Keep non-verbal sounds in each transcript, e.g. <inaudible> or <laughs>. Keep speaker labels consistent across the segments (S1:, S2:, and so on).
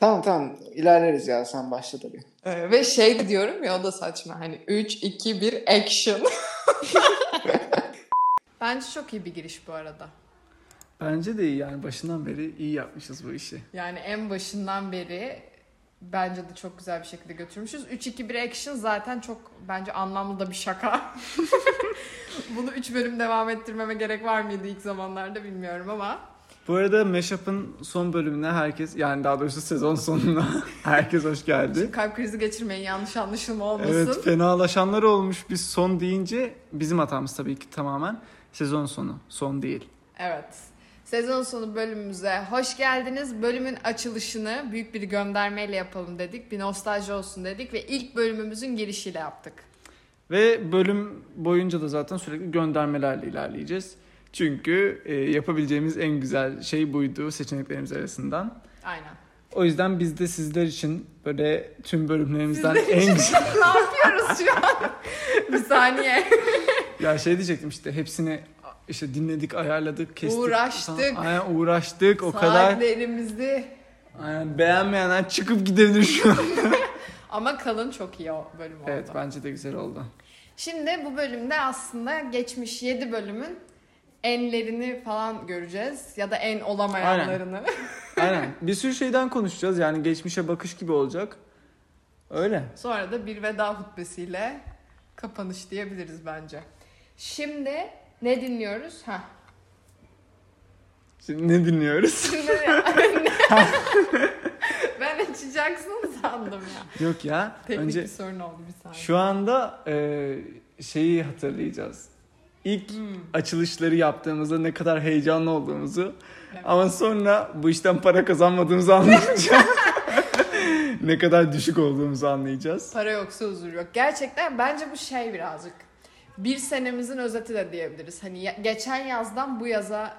S1: Tamam tamam ilerleriz ya sen başla tabii.
S2: Ee, ve şey de diyorum ya o da saçma hani 3, 2, 1 action. <laughs> Bence çok iyi bir giriş bu arada.
S3: Bence de iyi yani başından beri iyi yapmışız bu işi.
S2: Yani en başından beri bence de çok güzel bir şekilde götürmüşüz. 3-2-1 action zaten çok bence anlamlı da bir şaka. <laughs> Bunu 3 bölüm devam ettirmeme gerek var mıydı ilk zamanlarda bilmiyorum ama.
S3: Bu arada Mashup'ın son bölümüne herkes yani daha doğrusu sezon sonuna <laughs> herkes hoş geldi.
S2: Şimdi kalp krizi geçirmeyin yanlış anlaşılma olmasın.
S3: Evet fenalaşanlar olmuş biz son deyince bizim hatamız tabii ki tamamen sezon sonu son değil.
S2: Evet. Sezon sonu bölümümüze hoş geldiniz. Bölümün açılışını büyük bir göndermeyle yapalım dedik. Bir nostalji olsun dedik ve ilk bölümümüzün girişiyle yaptık.
S3: Ve bölüm boyunca da zaten sürekli göndermelerle ilerleyeceğiz. Çünkü e, yapabileceğimiz en güzel şey buydu seçeneklerimiz arasından.
S2: Aynen.
S3: O yüzden biz de sizler için böyle tüm bölümlerimizden en güzel...
S2: <laughs> ne yapıyoruz şu an? bir saniye.
S3: ya şey diyecektim işte hepsini işte dinledik, ayarladık, kestik.
S2: Uğraştık.
S3: Falan. Aynen uğraştık o kadar.
S2: Saatlerimizi.
S3: Aynen beğenmeyenler çıkıp gidebilir şu an.
S2: Ama kalın çok iyi o bölüm oldu.
S3: evet bence de güzel oldu.
S2: Şimdi bu bölümde aslında geçmiş 7 bölümün enlerini falan göreceğiz. Ya da en olamayanlarını.
S3: Aynen bir sürü şeyden konuşacağız yani geçmişe bakış gibi olacak. Öyle.
S2: Sonra da bir veda hutbesiyle kapanış diyebiliriz bence. Şimdi ne dinliyoruz? Ha. <laughs>
S3: Şimdi ne dinliyoruz? <laughs>
S2: Şimdi ben açacaksın sandım ya.
S3: Yok ya.
S2: Teknik
S3: önce
S2: bir sorun oldu bir saniye.
S3: şu anda e, şeyi hatırlayacağız. İlk açılışları yaptığımızda ne kadar heyecanlı olduğumuzu
S2: Evet.
S3: ama sonra bu işten para kazanmadığımızı anlayacağız. <laughs> ne kadar düşük olduğumuzu anlayacağız.
S2: Para yoksa huzur yok. Gerçekten bence bu şey birazcık. Bir senemizin özeti de diyebiliriz. Hani ya- geçen yazdan bu yaza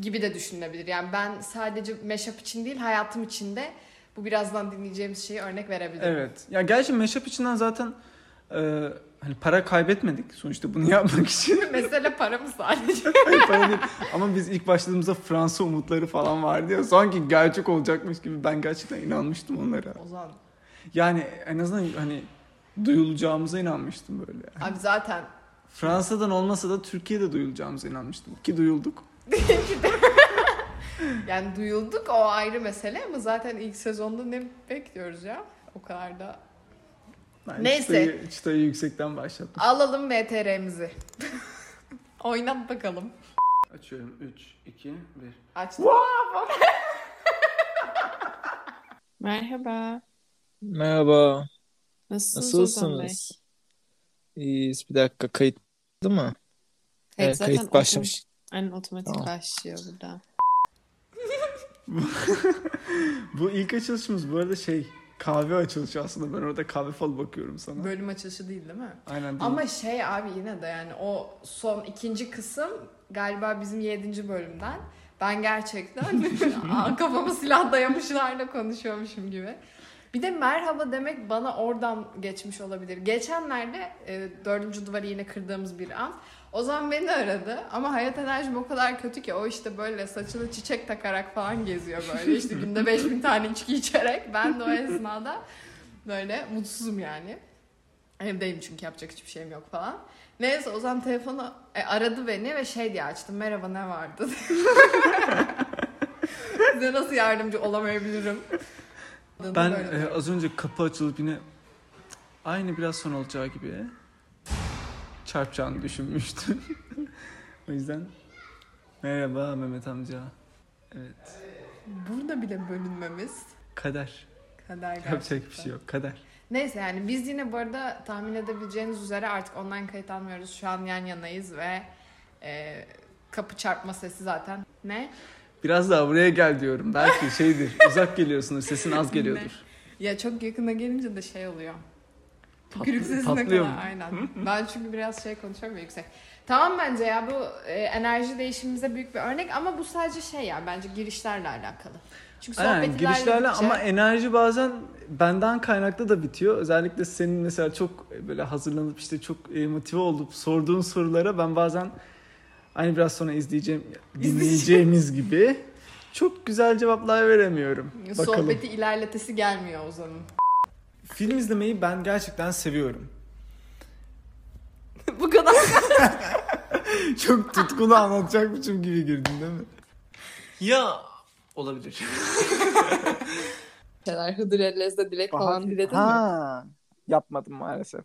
S2: gibi de düşünülebilir. Yani ben sadece meşap için değil hayatım için de bu birazdan dinleyeceğimiz şeyi örnek verebilirim.
S3: Evet. Ya gerçi mashup içinden zaten e, hani para kaybetmedik sonuçta bunu <laughs> yapmak
S2: <laughs>
S3: için.
S2: Mesele para mı sadece?
S3: Hayır, para değil. Ama biz ilk başladığımızda Fransa umutları falan vardı ya. Sanki gerçek olacakmış gibi ben gerçekten inanmıştım onlara.
S2: Ozan
S3: Yani en azından hani duyulacağımıza inanmıştım böyle.
S2: Abi zaten
S3: Fransa'dan olmasa da Türkiye'de duyulacağımıza inanmıştım. Ki duyulduk.
S2: yani duyulduk o ayrı mesele ama zaten ilk sezonda ne bekliyoruz ya? O kadar da.
S3: Yani
S2: Neyse.
S3: Çıtayı, çıtayı yüksekten başlattım.
S2: Alalım MTR'mizi. <laughs> Oynat bakalım.
S3: Açıyorum 3, 2, 1.
S2: Açtım.
S4: Merhaba.
S5: Merhaba,
S4: Nasılsınız Ozan Bey?
S5: nasılsınız? İyiyiz. Bir dakika, kayıt değil mi?
S4: Kayıt
S5: Evet,
S4: zaten
S5: kayıt başlamış.
S4: otom- Aynen otomatik
S5: Tamam.
S4: başlıyor burada.
S3: Bu ilk açılışımız bu arada şey kahve açılışı aslında. Ben orada kahve falı bakıyorum sana.
S2: Bölüm açılışı değil değil mi?
S3: Aynen değil.
S2: Ama şey abi yine de yani o son ikinci kısım galiba bizim yedinci bölümden. Ben gerçekten aa, kafamı silah dayamışlarla konuşuyormuşum gibi. Bir de merhaba demek bana oradan geçmiş olabilir. Geçenlerde e, dördüncü duvarı yine kırdığımız bir an. Ozan beni aradı ama hayat enerjim o kadar kötü ki o işte böyle saçını çiçek takarak falan geziyor böyle. İşte günde 5000 tane içki içerek. Ben de o esnada böyle mutsuzum yani. Evdeyim çünkü yapacak hiçbir şeyim yok falan. Neyse Ozan telefonu e, aradı beni ve şey diye açtım. Merhaba ne vardı? <laughs> Size nasıl yardımcı olamayabilirim?
S3: Ben
S2: Böyle
S3: e, az önce kapı açılıp yine aynı biraz son olacağı gibi çarpacağını düşünmüştüm. <laughs> o yüzden merhaba Mehmet amca. Evet.
S2: Burada bile bölünmemiz
S3: Kader.
S2: kader gerçekten.
S3: Yapacak bir şey yok. Kader.
S2: Neyse yani biz yine bu arada tahmin edebileceğiniz üzere artık online kayıt almıyoruz. Şu an yan yanayız ve e, kapı çarpma sesi zaten. Ne?
S3: Biraz daha buraya gel diyorum.
S2: <laughs>
S3: Belki şeydir. uzak geliyorsunuz. Sesin az geliyordur.
S2: Ya çok yakına gelince de şey oluyor.
S3: Tatlı-
S2: Tükürük sesine kadar
S3: tatlıyor mu?
S2: aynen. ben çünkü biraz şey konuşuyorum ya yüksek. Tamam bence ya bu e, enerji değişimimize büyük bir örnek ama bu sadece şey ya bence girişlerle alakalı. Çünkü sohbet
S3: Aynen girişlerle
S2: ilerledikçe-
S3: ama enerji bazen benden kaynaklı da bitiyor. Özellikle senin mesela çok böyle hazırlanıp işte çok e, motive olup sorduğun sorulara ben bazen hani biraz sonra izleyeceğim dinleyeceğimiz gibi çok güzel cevaplar veremiyorum. e, Bakalım.
S2: Sohbeti ilerletesi gelmiyor Ozan'ın.
S3: Film izlemeyi ben gerçekten seviyorum.
S2: <laughs> Bu kadar.
S3: Çok tutkulu anlatacakmışım gibi girdin değil mi? Ya olabilir.
S4: Şeyler Hıdır Ellez'de dilek
S1: Bahar-
S4: falan diledin mi?
S5: Ha. Yapmadım maalesef.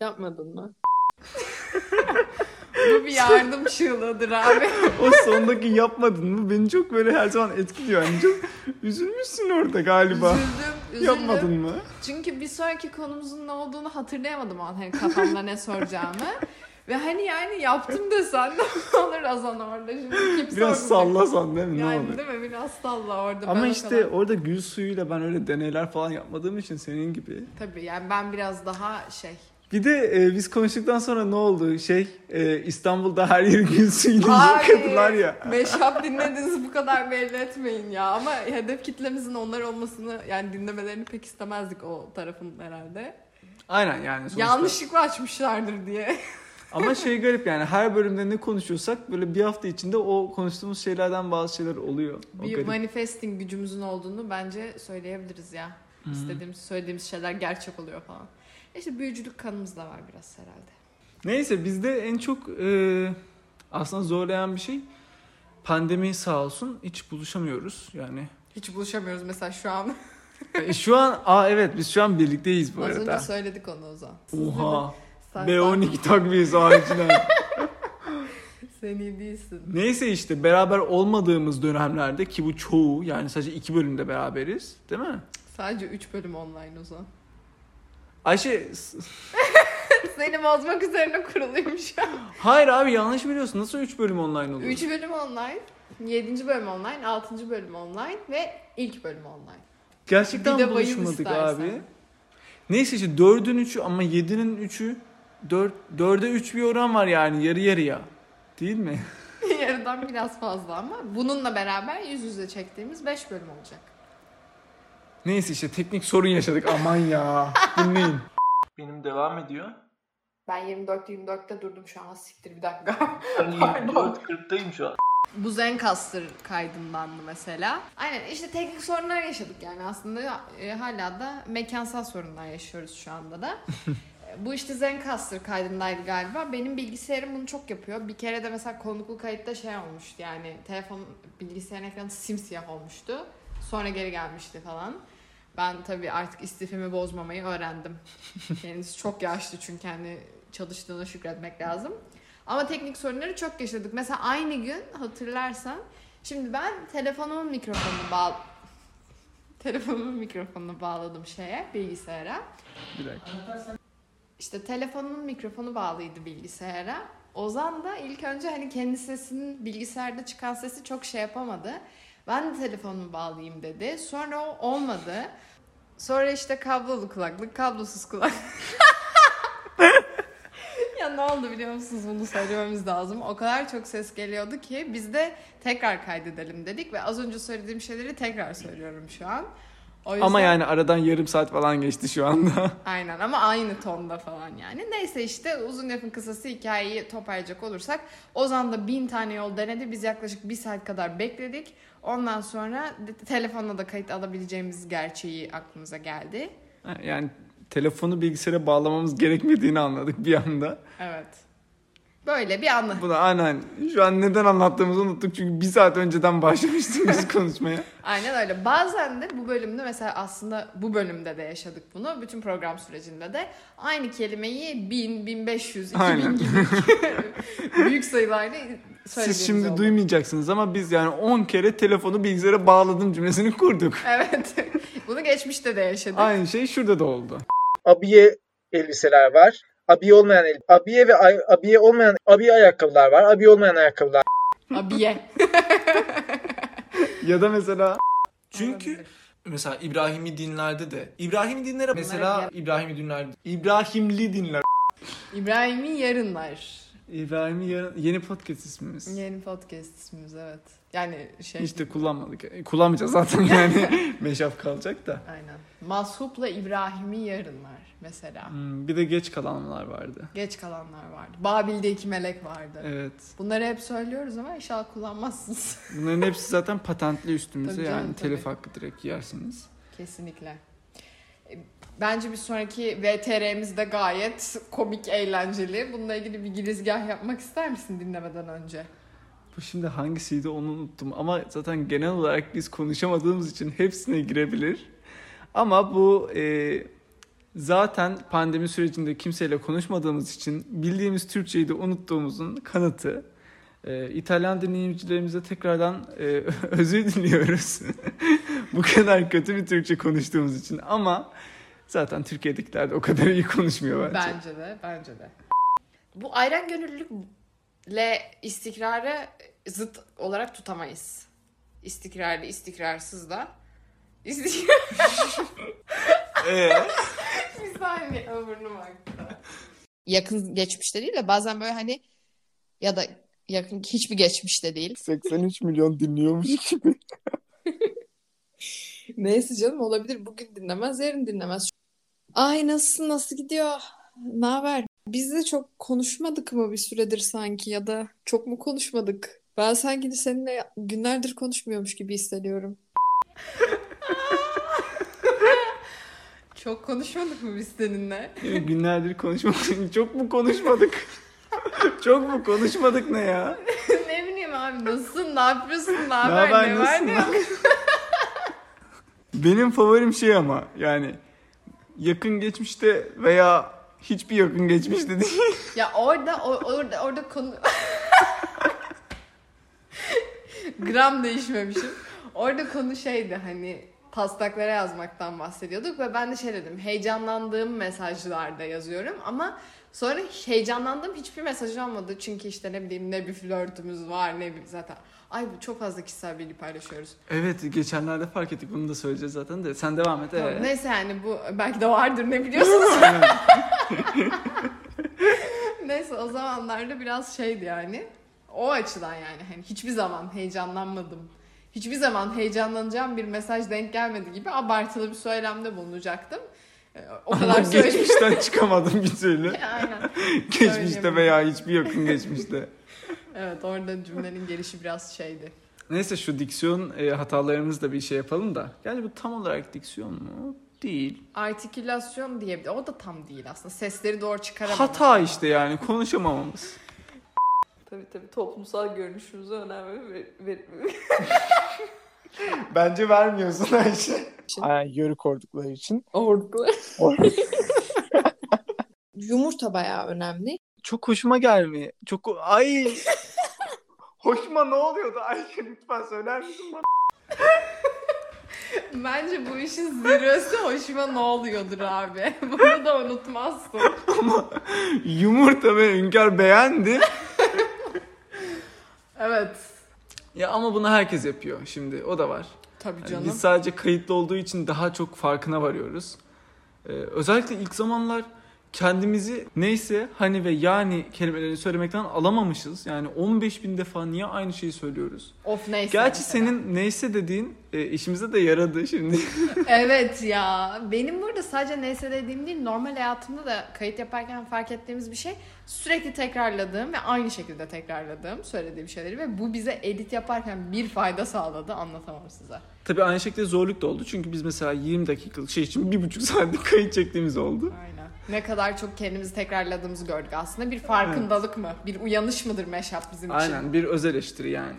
S4: Yapmadın mı?
S2: <laughs> Bu bir yardım çığlığıdır abi.
S3: o sondaki yapmadın mı beni çok böyle her zaman etkiliyor. Yani çok üzülmüşsün orada galiba.
S2: üzüldüm, üzüldüm.
S3: Yapmadın mı?
S2: Çünkü bir sonraki konumuzun ne olduğunu hatırlayamadım o an hani kafamda ne soracağımı. Ve hani yani yaptım desen ne olur Azan orada şimdi kim
S3: Biraz
S2: sormayacak?
S3: sallasan değil mi? ne
S2: Yani
S3: olur.
S2: değil mi? Biraz salla orada.
S3: Ama
S2: bana
S3: işte
S2: kadar-
S3: orada gül suyuyla ben öyle deneyler falan yapmadığım için senin gibi.
S2: Tabii yani ben biraz daha
S3: <laughs>
S2: şey.
S3: Bir de e, biz konuştuktan sonra ne oldu? Şey e, İstanbul'da her yeri gül suyuyla
S2: Hayır.
S3: yıkadılar ya.
S2: Meşap dinlediniz bu kadar belli etmeyin ya. Ama hedef kitlemizin onlar olmasını yani dinlemelerini pek istemezdik o tarafın herhalde.
S3: Aynen yani sonuçta.
S2: Yanlışlıkla açmışlardır diye.
S3: <laughs> Ama şey garip yani her bölümde ne konuşuyorsak böyle bir hafta içinde o konuştuğumuz şeylerden bazı şeyler oluyor. O
S2: bir
S3: garip.
S2: manifesting gücümüzün olduğunu bence söyleyebiliriz ya. İstediğimiz, söylediğimiz şeyler gerçek oluyor falan. İşte büyücülük kanımız da var biraz herhalde.
S3: Neyse bizde en çok e, aslında zorlayan bir şey pandemi sağ olsun hiç buluşamıyoruz yani.
S2: Hiç buluşamıyoruz mesela şu an.
S3: E, şu an <laughs> aa evet biz şu an birlikteyiz
S2: <laughs>
S3: bu
S2: Az önce
S3: arada.
S2: söyledik onu o zaman. Siz
S3: Oha
S2: dedin, sen-
S3: B12 takviyesi harbiden.
S2: <laughs> Sen iyi değilsin.
S3: Neyse işte beraber olmadığımız dönemlerde ki bu çoğu yani sadece iki bölümde beraberiz değil mi?
S2: Sadece 3 bölüm online o zaman. <laughs>
S3: Ayşe s-
S2: Seni bozmak üzerine kuruluymuş. <laughs>
S3: hayır abi yanlış biliyorsun nasıl üç bölüm online olur?
S2: 3 bölüm online, 7. bölüm online, 6. bölüm online ve ilk bölüm online. <laughs>
S3: Gerçekten
S2: Bir de bayıl
S3: buluşmadık
S2: istersen.
S3: abi. Neyse işte 4'ün 3'ü ama 7'nin 3'ü 4, 4'e 3 bir oran var yani yarı yarıya. Değil mi? <laughs>
S2: Yarıdan biraz fazla ama bununla beraber yüz yüze çektiğimiz 5 bölüm olacak.
S3: Neyse işte teknik sorun yaşadık
S2: <laughs>
S3: aman ya. Dinleyin.
S5: Benim devam ediyor.
S2: Ben 24-24'te durdum şu an siktir bir dakika.
S5: Ben
S2: Pardon.
S5: 40'tayım şu an.
S2: Bu Zencastr kaydındandı mesela. Aynen işte teknik sorunlar yaşadık yani aslında e, hala da mekansal sorunlar yaşıyoruz şu anda da. E, Bu işte Zencastr kaydındaydı galiba. Benim bilgisayarım bunu çok yapıyor. Bir kere de mesela konuklu kayıtta şey olmuştu yani telefon bilgisayarın ekranı simsiyah olmuştu. Sonra geri gelmişti falan. Ben tabii artık istifimi bozmamayı öğrendim. Kendisi çok yaşlı çünkü kendi çalıştığına şükretmek lazım. Ama teknik sorunları çok yaşadık. Mesela aynı gün hatırlarsan şimdi ben telefonumun mikrofonunu bağ <laughs> telefonumun mikrofonunu bağladım şeye bilgisayara.
S3: Bir dakika.
S2: İşte telefonun mikrofonu bağlıydı bilgisayara. Ozan da ilk önce hani kendi sesinin bilgisayarda çıkan sesi çok şey yapamadı. Ben de telefonumu bağlayayım dedi. Sonra o olmadı. Sonra işte kablolu kulaklık, kablosuz kulaklık. <laughs> ya ne oldu biliyor musunuz bunu söylememiz lazım. O kadar çok ses geliyordu ki biz de tekrar kaydedelim dedik ve az önce söylediğim şeyleri tekrar söylüyorum şu an. O
S3: Ama
S2: yüzden-
S3: yani aradan yarım saat falan geçti şu anda. <laughs>
S2: Aynen ama aynı tonda falan yani. Neyse işte uzun lafın kısası hikayeyi toparlayacak olursak Ozan da bin tane yol denedi. Biz yaklaşık bir saat kadar bekledik. Ondan sonra de- telefonla da kayıt alabileceğimiz gerçeği aklımıza geldi.
S3: yani telefonu bilgisayara bağlamamız gerekmediğini anladık bir anda.
S2: Evet. Böyle bir anı.
S3: Bunu aynen şu an neden anlattığımızı unuttuk çünkü bir saat önceden
S2: <laughs>
S3: başlamıştık biz konuşmaya.
S2: Aynen öyle. Bazen de bu bölümde mesela aslında bu bölümde de yaşadık bunu. Bütün program sürecinde de aynı kelimeyi 1000, 1500, 2000
S3: Aynen.
S2: gibi <laughs> büyük sayılarla söylediğimiz
S3: Siz şimdi
S2: oldu.
S3: duymayacaksınız ama biz yani 10 kere telefonu bilgisayara bağladım cümlesini kurduk.
S2: Evet. <laughs> Bunu geçmişte de yaşadık.
S3: Aynı şey şurada da oldu.
S5: abiye elbiseler var. Abiye olmayan el- abiye ve ay- abiye olmayan abiye ayakkabılar var. Abiye olmayan ayakkabılar.
S2: Abiye.
S3: Ya da mesela
S2: Olabilir.
S3: mesela İbrahimi dinlerde de İbrahimi dinlere
S2: mesela
S3: İbrahimi dinler İbrahimli dinler
S2: İbrahim'in yarınlar.
S3: İbrahim'in yarın- yeni podcast ismimiz.
S2: Yeni podcast ismimiz evet. Yani şey.
S3: Hiç de kullanmadık. E, Kullanmayacağız zaten yani.
S2: <laughs>
S3: Meşaf kalacak da.
S2: Aynen. Masup'la İbrahim'in yarınlar mesela.
S3: Hmm, bir de geç kalanlar vardı.
S2: Geç kalanlar vardı. Babil'de iki melek vardı.
S3: Evet.
S2: Bunları hep söylüyoruz ama inşallah kullanmazsınız. <laughs>
S3: Bunların hepsi zaten patentli üstümüze
S2: Tabii canım,
S3: yani telif
S2: tabii.
S3: hakkı direkt yersiniz.
S2: Kesinlikle. E, Bence bir sonraki VTR'miz de gayet komik, eğlenceli. Bununla ilgili bir girizgah yapmak ister misin dinlemeden önce?
S3: Bu şimdi hangisiydi onu unuttum ama zaten genel olarak biz konuşamadığımız için hepsine girebilir. Ama bu e, zaten pandemi sürecinde kimseyle konuşmadığımız için bildiğimiz Türkçeyi de unuttuğumuzun kanıtı. E, İtalyan dinleyicilerimize tekrardan e, <laughs> özür diliyoruz. <laughs> bu kadar kötü bir Türkçe konuştuğumuz için ama zaten Türkiye'dekiler de o kadar iyi konuşmuyor bence.
S2: Bence de, bence de. Bu ayran gönüllülükle istikrarı zıt olarak tutamayız. İstikrarlı, istikrarsız da. İstikrar...
S3: <laughs> Ee?
S2: <laughs> Bir saniye ömrünü baktı.
S6: yakın geçmişte değil de bazen böyle hani ya da yakın hiçbir geçmişte değil.
S1: 83 milyon dinliyormuş
S6: <laughs>
S1: gibi.
S4: Neyse canım olabilir. Bugün dinlemez, yarın dinlemez. Ay nasılsın, nasıl gidiyor? Ne haber? Biz de çok konuşmadık mı bir süredir sanki ya da çok mu konuşmadık? Ben sanki seninle günlerdir konuşmuyormuş gibi hissediyorum.
S2: Çok konuşmadık mı biz seninle?
S3: Ya <laughs> Günlerdir konuşmadık. <laughs> Çok mu konuşmadık? <laughs> Çok mu konuşmadık ne ya?
S2: ne bileyim abi nasılsın, ne yapıyorsun, ne
S3: Ne
S2: haber,
S3: haber,
S2: ne var,
S3: nasılsın?
S2: ne yok.
S3: <laughs> Benim favorim şey ama yani yakın geçmişte veya hiçbir yakın
S2: <laughs>
S3: geçmişte değil.
S2: Ya orada o- orada orada konu <laughs> gram değişmemişim. Orada konu şeydi hani taslaklara yazmaktan bahsediyorduk ve ben de şey dedim heyecanlandığım mesajlarda yazıyorum ama sonra heyecanlandığım hiçbir mesaj olmadı çünkü işte ne bileyim ne bir flörtümüz var ne bir zaten ay bu çok fazla kişisel bilgi paylaşıyoruz.
S3: Evet geçenlerde fark ettik bunu da söyleyeceğiz zaten de sen devam et.
S2: Tamam,
S3: ee.
S2: neyse yani bu belki de vardır ne biliyorsunuz. Neyse o zamanlarda biraz şeydi yani. O açıdan yani hani hiçbir zaman heyecanlanmadım. Hiçbir zaman heyecanlanacağım bir mesaj denk gelmedi gibi abartılı bir söylemde bulunacaktım. Ee, O kadar
S3: Ama
S2: söyledim.
S3: <laughs> geçmişten çıkamadım
S2: <laughs>
S3: bir türlü.
S2: Aynen.
S3: geçmişte veya hiçbir yakın geçmişte.
S2: Evet orada cümlenin gelişi biraz şeydi.
S3: Neyse şu diksiyon e, hatalarımızla bir şey yapalım da. Yani bu tam olarak diksiyon mu? Değil.
S2: Artikülasyon diyebilir. O da tam değil aslında. Sesleri doğru çıkaramadım.
S3: Hata işte yani konuşamamamız.
S7: Tabii tabii toplumsal görünüşümüze önem ver, ver,
S3: Bence vermiyorsun Ayşe.
S1: Aynen yörük ordukları için.
S4: Ordu. Yumurta bayağı önemli. <laughs>
S3: Çok hoşuma gelmiyor. Çok ay. <laughs> hoşuma ne oluyordu Ayşe lütfen söyler misin bana?
S2: Bence bu işin zirvesi hoşuma ne oluyordur abi. <laughs> Bunu da unutmazsın.
S3: Yumurta ve Ünkar <laughs> beğendi.
S2: Evet.
S3: ya ama bunu herkes yapıyor şimdi o da var.
S2: Tabii
S3: Yani
S2: canım.
S3: biz sadece kayıtlı olduğu için daha çok farkına varıyoruz. Ee, özellikle ilk zamanlar kendimizi neyse hani ve yani kelimelerini söylemekten alamamışız. Yani 15 bin defa niye aynı şeyi söylüyoruz?
S2: Of neyse.
S3: Gerçi
S2: mesela.
S3: senin neyse dediğin e, işimize de yaradı şimdi.
S2: Evet ya. Benim burada sadece neyse dediğim değil normal hayatımda da kayıt yaparken fark ettiğimiz bir şey sürekli tekrarladığım ve aynı şekilde tekrarladığım söylediğim şeyleri ve bu bize edit yaparken bir fayda sağladı anlatamam size.
S3: Tabii aynı şekilde zorluk da oldu. Çünkü biz mesela 20 dakikalık şey için bir buçuk <laughs> saatlik kayıt çektiğimiz oldu.
S2: Aynen. Ne kadar çok kendimizi tekrarladığımızı gördük aslında. Bir farkındalık mı? Bir uyanış mıdır meşap bizim için?
S3: Aynen bir öz eleştiri yani.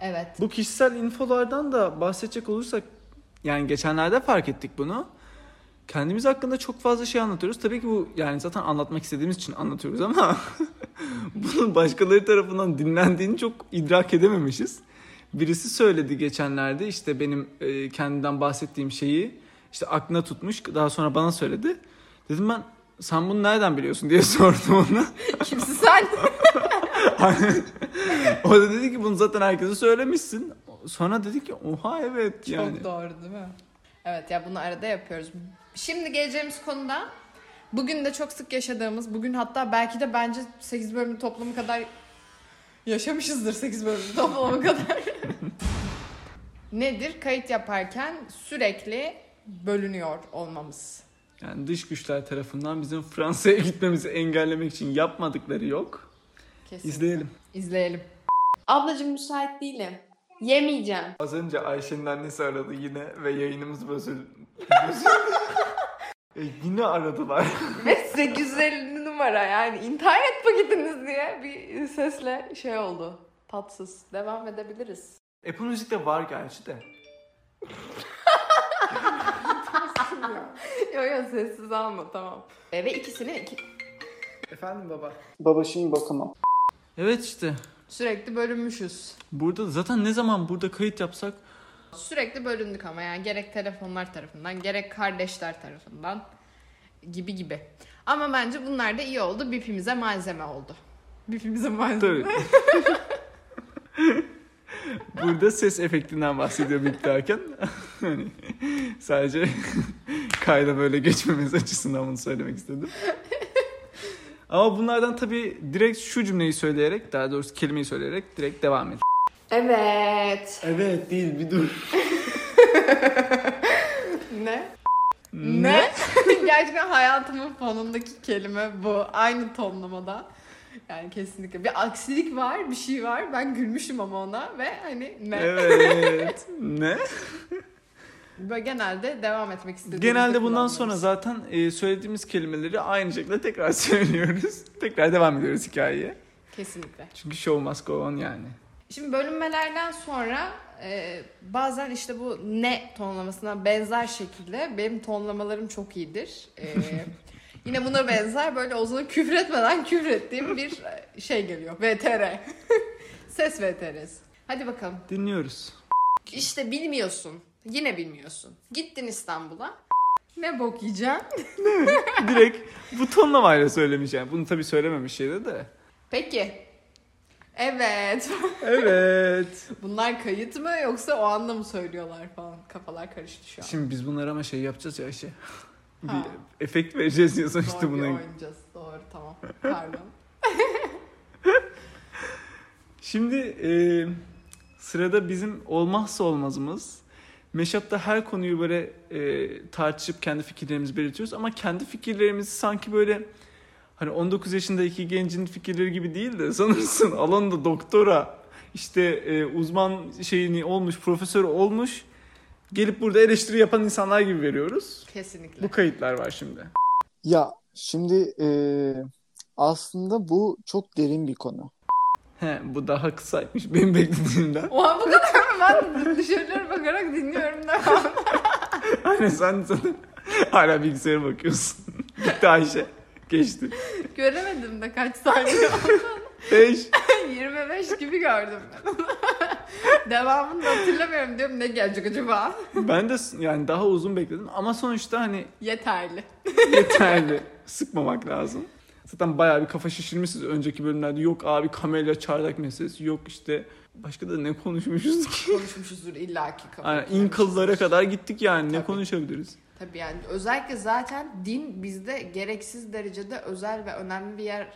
S2: Evet. <laughs>
S3: Bu kişisel infolardan da bahsedecek olursak yani geçenlerde fark ettik bunu. Kendimiz hakkında çok fazla şey anlatıyoruz. Tabii ki bu yani zaten anlatmak istediğimiz için anlatıyoruz ama <laughs> bunun başkaları tarafından dinlendiğini çok idrak edememişiz. Birisi söyledi geçenlerde işte benim e, kendimden bahsettiğim şeyi işte aklına tutmuş daha sonra bana söyledi. Dedim ben sen bunu nereden biliyorsun diye <laughs> sordum ona.
S2: Kimsin sen?
S3: <laughs> o da dedi ki bunu zaten herkese söylemişsin. Sonra dedi ki oha evet yani.
S2: Çok doğru değil mi? Evet ya bunu arada yapıyoruz. Şimdi geleceğimiz konuda Bugün de çok sık yaşadığımız, bugün hatta belki de bence 8 bölümün toplamı kadar yaşamışızdır 8 bölümün toplamı <laughs> kadar. Nedir? Kayıt yaparken sürekli bölünüyor olmamız.
S3: Yani dış güçler tarafından bizim Fransa'ya gitmemizi engellemek için yapmadıkları yok.
S2: Kesin.
S3: İzleyelim.
S2: İzleyelim.
S7: Ablacığım müsait değilim. Yemeyeceğim.
S3: Az önce Ayşe'nin annesi aradı yine ve yayınımız <laughs> bozuldu. E, yine aradılar.
S7: Ve 850 numara yani internet paketiniz diye bir sesle şey oldu. Tatsız. Devam edebiliriz.
S3: Apple Müzik'te var gerçi de.
S7: yo yo sessiz alma tamam. E, ve ikisini iki...
S3: Efendim baba.
S1: Baba şimdi bakamam.
S3: Evet işte.
S2: Sürekli bölünmüşüz.
S3: Burada zaten ne zaman burada kayıt yapsak
S2: Sürekli bölündük ama yani gerek telefonlar tarafından gerek kardeşler tarafından gibi gibi. Ama bence bunlar da iyi oldu. Bipimize malzeme oldu. Bipimize malzeme.
S3: Tabii. <laughs> Burada ses efektinden bahsediyorum ilk derken. <laughs> hani sadece <laughs> kayda böyle geçmemiz açısından bunu söylemek istedim. Ama bunlardan tabii direkt şu cümleyi söyleyerek, daha doğrusu kelimeyi söyleyerek direkt devam et.
S7: Evet.
S3: Evet değil bir dur.
S7: Ne?
S2: Ne? <laughs> Gerçekten hayatımın fonundaki kelime bu. Aynı tonlamada. Yani kesinlikle. Bir aksilik var, bir şey var. Ben gülmüşüm ama ona ve hani ne?
S3: Evet. ne?
S2: Böyle genelde devam etmek istedim.
S3: Genelde bundan sonra zaten e, söylediğimiz kelimeleri aynı şekilde tekrar <laughs> söylüyoruz. Tekrar devam ediyoruz hikayeye.
S2: Kesinlikle.
S3: Çünkü show must go on yani.
S2: Şimdi bölünmelerden sonra e, bazen işte bu ne tonlamasına benzer şekilde benim tonlamalarım çok iyidir. E,
S3: <laughs>
S2: yine buna benzer böyle Ozan'ı küfretmeden küfrettiğim bir e, şey geliyor. VTR. <laughs> Ses VTR'si. Hadi bakalım.
S3: Dinliyoruz.
S2: İşte bilmiyorsun. Yine bilmiyorsun. Gittin İstanbul'a. Ne bok yiyeceksin?
S3: Direkt bu tonlamayla söylemiş yani. Bunu tabii söylememiş şeyde de.
S2: Peki. Evet. <laughs>
S3: Evet.
S2: Bunlar kayıt mı yoksa o anda mı söylüyorlar falan. Kafalar karıştı şu an.
S3: Şimdi biz bunları ama şey yapacağız ya şey.
S2: Ha.
S3: Bir efekt vereceğiz ya
S2: Doğru
S3: sonuçta
S2: bir
S3: buna.
S2: oynayacağız. Doğru tamam. <laughs> Pardon.
S3: Şimdi e, sırada bizim olmazsa olmazımız. Meşap'ta her konuyu böyle e, tartışıp kendi fikirlerimizi belirtiyoruz ama kendi fikirlerimizi sanki böyle hani 19 yaşındaki gencin fikirleri gibi değil de sanırsın <laughs> alanda doktora işte e, uzman şeyini olmuş profesör olmuş gelip burada eleştiri yapan insanlar gibi veriyoruz.
S2: Kesinlikle.
S3: Bu kayıtlar var şimdi.
S1: Ya şimdi e, aslında bu çok derin bir konu.
S3: He bu daha kısaymış benim beklediğimden.
S2: <laughs> Oha bu kadar mı? Ben dışarılara bakarak dinliyorum da.
S3: Aynen sen zaten hala bilgisayara bakıyorsun. Bitti Ayşe. Geçti.
S2: <laughs> Göremedim de kaç <laughs> saniye.
S3: 5.
S2: 25 gibi gördüm ben. <laughs> Devamını da hatırlamıyorum diyorum. Ne gelecek acaba?
S3: Ben de s- yani daha uzun bekledim ama sonuçta hani
S2: Yeterli.
S3: yeterli. Sıkmamak lazım. Zaten bayağı bir kafa şişirmişsiniz önceki bölümlerde. Yok abi kamelya çardak meselesi. Yok işte başka da ne konuşmuşuz ki?
S2: Konuşmuşuzdur illaki. kabul
S3: Aynen
S2: etmişizdir.
S3: inkıllara kadar gittik yani. Ne
S2: Tabii.
S3: konuşabiliriz?
S2: Tabii yani özellikle zaten din bizde gereksiz derecede özel ve önemli bir yer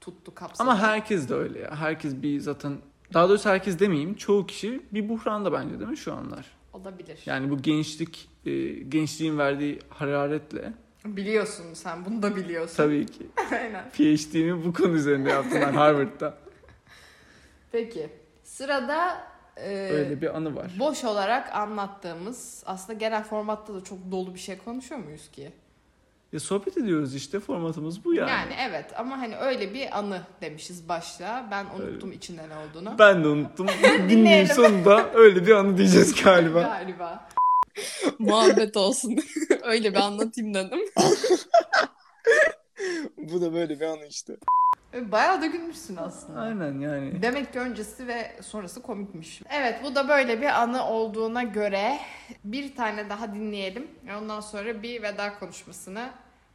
S2: tuttu kapsadı.
S3: Ama herkes de öyle ya. Herkes bir zaten daha doğrusu herkes demeyeyim. Çoğu kişi bir buhranda bence değil mi şu anlar?
S2: olabilir.
S3: Yani bu gençlik, e, gençliğin verdiği hararetle
S2: Biliyorsun sen bunu da biliyorsun.
S3: tabii ki
S2: <laughs> Aynen.
S3: PhD'mi bu konu üzerinde yaptım ben
S2: <laughs>
S3: Harvard'da.
S2: Peki. Sırada e,
S3: Öyle bir anı var.
S2: boş olarak anlattığımız aslında genel formatta da çok dolu bir şey konuşuyor muyuz ki?
S3: Ya sohbet ediyoruz işte formatımız bu yani.
S2: Yani, evet ama hani öyle bir anı demişiz başta. Ben unuttum içinde ne olduğunu.
S3: Ben de unuttum.
S2: <laughs>
S3: Dinleyeyim
S2: Dinleyelim.
S3: sonunda öyle bir anı
S2: <laughs>
S3: diyeceğiz galiba.
S2: Galiba.
S6: Muhabbet
S4: <laughs>
S6: olsun. Öyle bir anlatayım dedim.
S1: Bu da böyle bir anı işte.
S2: E, Bayağı da gülmüşsün aslında.
S3: Aynen yani.
S2: Demek ki öncesi ve sonrası komikmiş. Evet bu da böyle bir anı olduğuna göre bir tane daha dinleyelim. Ondan sonra bir veda konuşmasını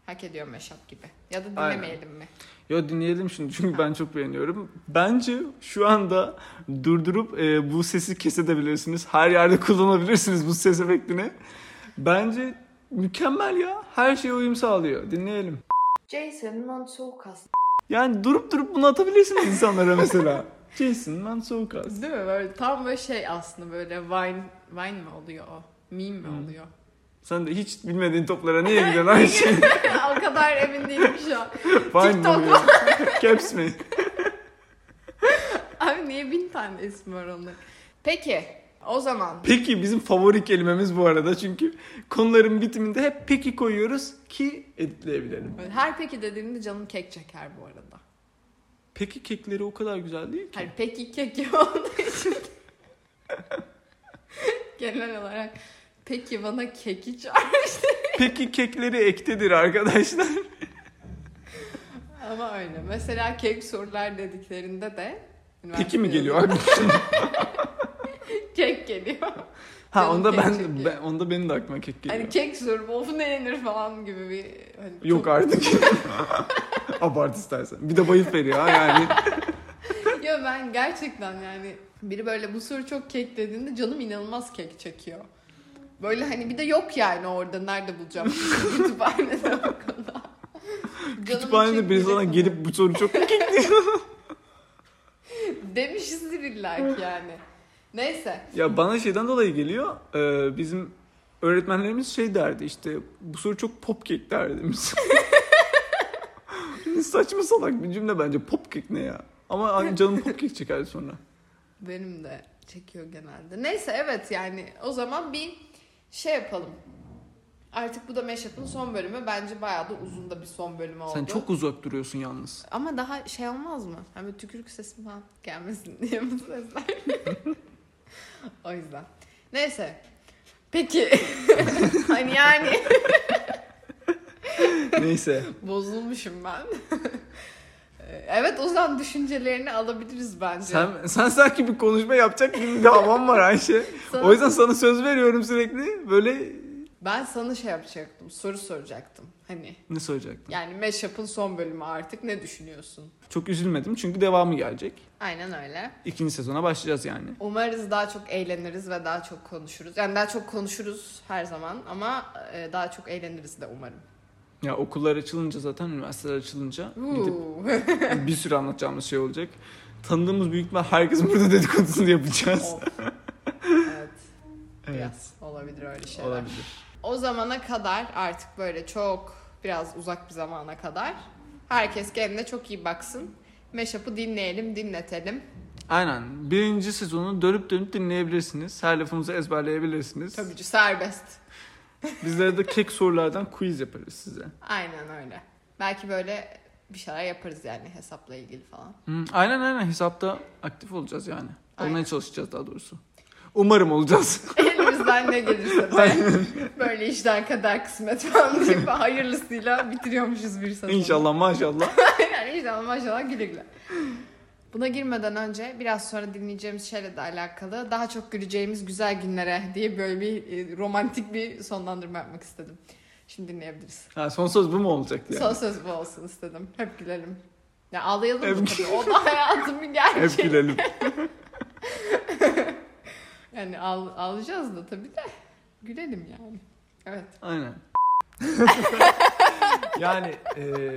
S2: hak ediyor Meşap gibi. Ya da
S3: Aynen.
S2: dinlemeyelim mi?
S3: Yo dinleyelim şimdi çünkü ben çok beğeniyorum. Bence şu anda durdurup e, bu sesi kesebilirsiniz. Her yerde kullanabilirsiniz bu ses efektini. Bence mükemmel ya. Her şeye uyum sağlıyor. Dinleyelim.
S7: Jason Mantzoukas.
S3: Yani durup durup bunu atabilirsiniz
S2: <laughs>
S3: insanlara mesela. Jason ben soğuk az.
S2: Değil mi? Böyle tam böyle şey aslında böyle Vine, Vine mi oluyor o? Meme mi
S3: Hı.
S2: oluyor? <laughs>
S3: Sen de hiç bilmediğin toplara niye gidiyorsun aynı şey?
S2: o kadar emin değilim şu an.
S3: Vine mi
S2: TikTok.
S3: oluyor? <laughs> Caps mi?
S2: Abi niye bin tane ismi var onun? Peki o zaman
S3: Peki bizim favori kelimemiz bu arada çünkü konuların bitiminde hep peki koyuyoruz ki editleyebilelim.
S2: böyle her peki dediğimde canım kek çeker bu arada.
S3: Peki kekleri o kadar güzel değil ki.
S2: Hayır peki kek <laughs> olduğu için genel olarak peki bana keki çağırmıştı.
S3: Peki kekleri ektedir arkadaşlar.
S2: Ama öyle. Mesela kek sorular dediklerinde de
S3: Peki
S2: üniversitede
S3: mi geliyor
S2: <laughs>
S3: aklına?
S2: Kek geliyor.
S3: ha
S2: Canım
S3: onda
S2: kek
S3: ben,
S2: çekiyor.
S3: ben- onda benim de aklıma kek geliyor.
S2: Hani kek sorup of ne yenir falan gibi bir... Hani
S3: Yok
S2: çok-
S3: artık. <laughs> Abart istersen. Bir de bayıf veriyor ha yani.
S2: Ya ben gerçekten yani biri böyle bu soru çok kek dediğinde canım inanılmaz kek çekiyor. Böyle hani bir de yok yani orada nerede bulacağım <laughs> kütüphanede o kadar. Canımın
S3: Kütüphanede
S2: çektiği
S3: birisi sana
S2: konu.
S3: gelip bu soru çok kek diyor.
S2: Demişizdir illa ki yani. Neyse.
S3: Ya bana şeyden dolayı geliyor. Ee, bizim öğretmenlerimiz şey derdi işte bu soru çok pop kek derdi. <laughs> Şimdi Saçma salak bir cümle bence pop kek ne ya? Ama hani canım pop kek çeker sonra.
S2: Benim de çekiyor genelde. Neyse evet yani o zaman bir şey yapalım. Artık bu da Meşat'ın son bölümü. Bence bayağı da uzun da bir son bölümü oldu.
S3: Sen çok uzak duruyorsun yalnız.
S2: Ama daha şey olmaz mı? Hani tükürük sesi falan gelmesin <laughs> diye bu sesler. o yüzden. Neyse. Peki. <laughs> hani yani
S3: Neyse.
S2: bozulmuşum ben. <laughs> Ee, evet o zaman düşüncelerini alabiliriz bence.
S3: Sen, <laughs> sen sanki bir konuşma yapacak gibi bir havan var Ayşe.
S2: Sana-
S3: O yüzden sana söz veriyorum sürekli. Böyle
S2: Ben sana şey yapacaktım. Soru soracaktım. Hani
S3: ne soracaktım?
S2: yani Meşap'ın son bölümü artık ne düşünüyorsun?
S3: Çok üzülmedim çünkü devamı gelecek.
S2: Aynen öyle.
S3: İkinci sezona başlayacağız yani.
S2: Umarız daha çok eğleniriz ve daha çok konuşuruz. Yani daha çok konuşuruz her zaman ama e, daha çok eğleniriz de umarım.
S3: Ya okullar açılınca zaten üniversiteler açılınca gidip
S2: Uuu. <laughs>
S3: bir sürü anlatacağımız şey olacak. Tanıdığımız büyük ihtimal herkes burada dedikodusunu yapacağız.
S2: Of. evet,
S3: <laughs> Evet.
S2: biraz olabilir öyle şeyler.
S3: Olabilir.
S2: O zamana kadar artık böyle çok biraz uzak bir zamana kadar herkes kendine çok iyi baksın. Meşap'ı dinleyelim, dinletelim.
S3: Aynen. Birinci sezonu dönüp dönüp dinleyebilirsiniz. Her lafımızı ezberleyebilirsiniz.
S2: Tabii ki serbest.
S3: Bizlere de kek sorulardan quiz yaparız size.
S2: Aynen öyle. Belki böyle bir şeyler yaparız yani hesapla ilgili falan. <laughs>
S3: Hı, aynen aynen hesapta aktif olacağız yani.
S2: Aynen.
S3: Olmaya çalışacağız daha doğrusu. Umarım olacağız.
S2: Elimizden ne gelirse de böyle işler kadar kısmet falan deyip hayırlısıyla bitiriyormuşuz bir sezonu.
S3: İnşallah maşallah.
S2: <laughs> Yani inşallah maşallah güle güle. Buna girmeden önce biraz sonra dinleyeceğimiz şeyle de alakalı daha çok güleceğimiz güzel günlere diye böyle bir e, romantik bir sonlandırma yapmak istedim. Şimdi dinleyebiliriz.
S3: Ha, son söz bu mu olacak yani?
S2: Son söz bu olsun istedim. Hep gülelim. Ya ağlayalım da
S3: Hep-
S2: tabii. O da hayatın bir
S3: Hep
S2: gerçeği.
S3: gülelim.
S2: Yani ağl- ağlayacağız da tabii de. Gülelim
S3: <laughs>
S2: yani. Evet.
S3: Aynen. yani e,